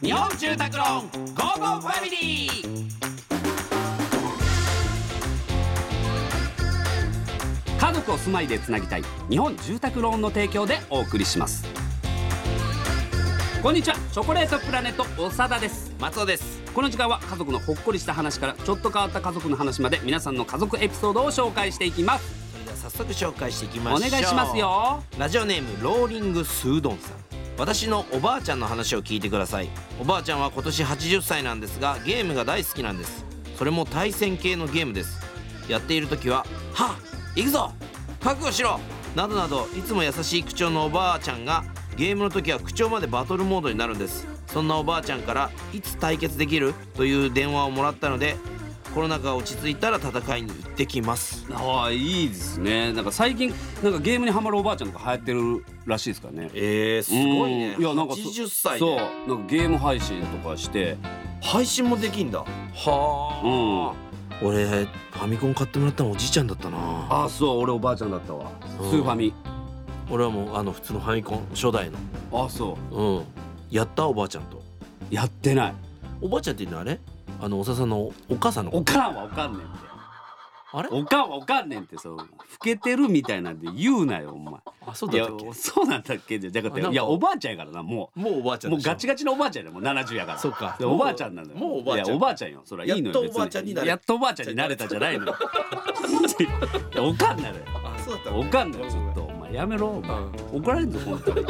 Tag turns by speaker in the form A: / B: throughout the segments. A: 日本住宅ローンゴーゴーファミリー家族を住まいでつなぎたい日本住宅ローンの提供でお送りしますこんにちはチョコレートプラネット長田です
B: 松尾です
A: この時間は家族のほっこりした話からちょっと変わった家族の話まで皆さんの家族エピソードを紹介していきます
B: それでは早速紹介していき
A: お
B: ましょう
A: 願いしますよ
B: ラジオネームローリングスードンさん私のおばあちゃんの話を聞いてくださいおばあちゃんは今年80歳なんですがゲームが大好きなんですそれも対戦系のゲームですやっている時は「はっ行くぞ覚悟しろ!」などなどいつも優しい口調のおばあちゃんがゲームの時は口調までバトルモードになるんですそんなおばあちゃんから「いつ対決できる?」という電話をもらったのでコロナが落ち着いたら戦いに行ってきます
A: ああいいですねなんか最近なんかゲームにハマるおばあちゃんとか流行ってるらしいですからね
B: えー、すごいね
A: うんいやなんかそ
B: 80歳で
A: そうなんかゲーム配信とかして
B: 配信もできんだはあ、俺ファミコン買ってもらったのおじいちゃんだったな
A: ああそう俺おばあちゃんだったわ
B: うん
A: スーファミ
B: 俺はもうあの普通のファミコン初代
A: ああそ
B: のうんやったおばあちゃんと
A: うやってない
B: おばあちゃんっていうのはあれあのおささんのお母さんのこ
A: お
B: と
A: かんはおかんねんって
B: あれ
A: おかんはおかんねんってそう老けてるみたいなんで言うなよお前
B: あそう
A: い
B: だっ
A: や
B: たっけ
A: そうなんだっけじゃなく
B: あ
A: て
B: なんか
A: いやおばあちゃんやからなも
B: もうおばあち
A: う
B: ゃん
A: も
B: で
A: う
B: しょ
A: ガチガチのおばあちゃんやもん70やから
B: そうか
A: でおばあちゃんなんだよ
B: もうおばあ
A: い
B: ちゃ
A: や
B: ん
A: おばあちゃんよそれはいいのよ
B: やっとおばあちゃんになれ
A: 別やっとおばあちゃんになれたじゃ ないのよ いやおかんなれ
B: あそうだった
A: おかんだよずっとお前やめろお前、怒られんぞ本当 に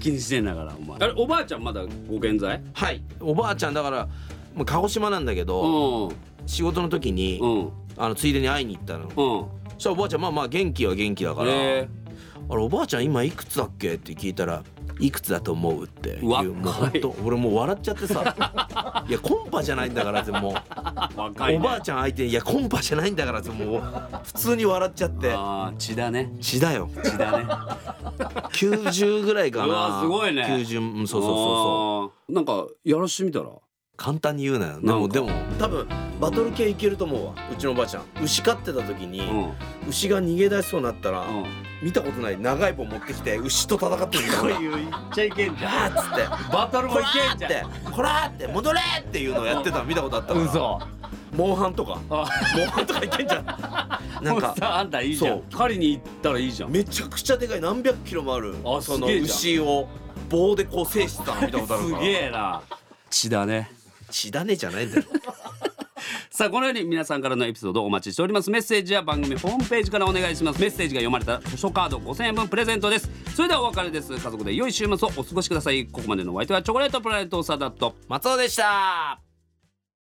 A: 気にしてんだからお前あれおばあちゃんまだご健在
B: はいおばあちゃんだからもう鹿児島なんだけ
A: う
B: ど、
A: んうん
B: 仕事の時に、
A: うん
B: あのついでに会いに行ったの
A: うん
B: そしたらおばあちゃんまあまあ元気は元気だから、
A: え
B: あれおばあちゃん今いくつだっけって聞いたらいくつだと思うっていう
A: うわ
B: もう本当俺もう笑っちゃって さいやコンパじゃないんだからってもう
A: ー、若い、
B: お
A: ね、
B: ばあちゃん相手にいやコンパじゃないんだからってもう普通に笑っちゃって
A: あー血だね
B: 血だよ
A: 血だね
B: 90ぐらいか
A: うわ
B: な
A: すごいね
B: 90うんそうそうそうそう
A: そうなんかやらしてみたら
B: 簡単に言うなよで
A: なん
B: も
A: か
B: でも多分バトル系いけると思うわうちのおばあちゃん牛飼ってた時に、
A: うんうん
B: 牛が逃げ出しそうになったら、見たことない長い棒持ってきて牛と戦ってるみたいな
A: いう言っちゃいけんじ
B: あーっつって
A: バトル
B: こらーってこらーって戻れーっていうのをやってたの見たことあったから
A: 嘘
B: モンハンとか
A: あ
B: モンハンとかいけ んじゃんな
A: なんんか
B: か
A: さあんたいいじゃん
B: そ
A: 狩りに行ったらいいじゃん
B: めちゃくちゃでかい何百キロもある
A: あ
B: その
A: すげえじゃん
B: 牛を棒でこう制してたの見たことある
A: す
B: から
A: げえな血だね
B: 血だねじゃないんだ よ
A: さあこのように皆さんからのエピソードをお待ちしておりますメッセージは番組ホームページからお願いしますメッセージが読まれたら図書カード5000円分プレゼントですそれではお別れです家族で良い週末をお過ごしくださいここまでのお相手はチョコレートプラネットサダット
B: 松尾でした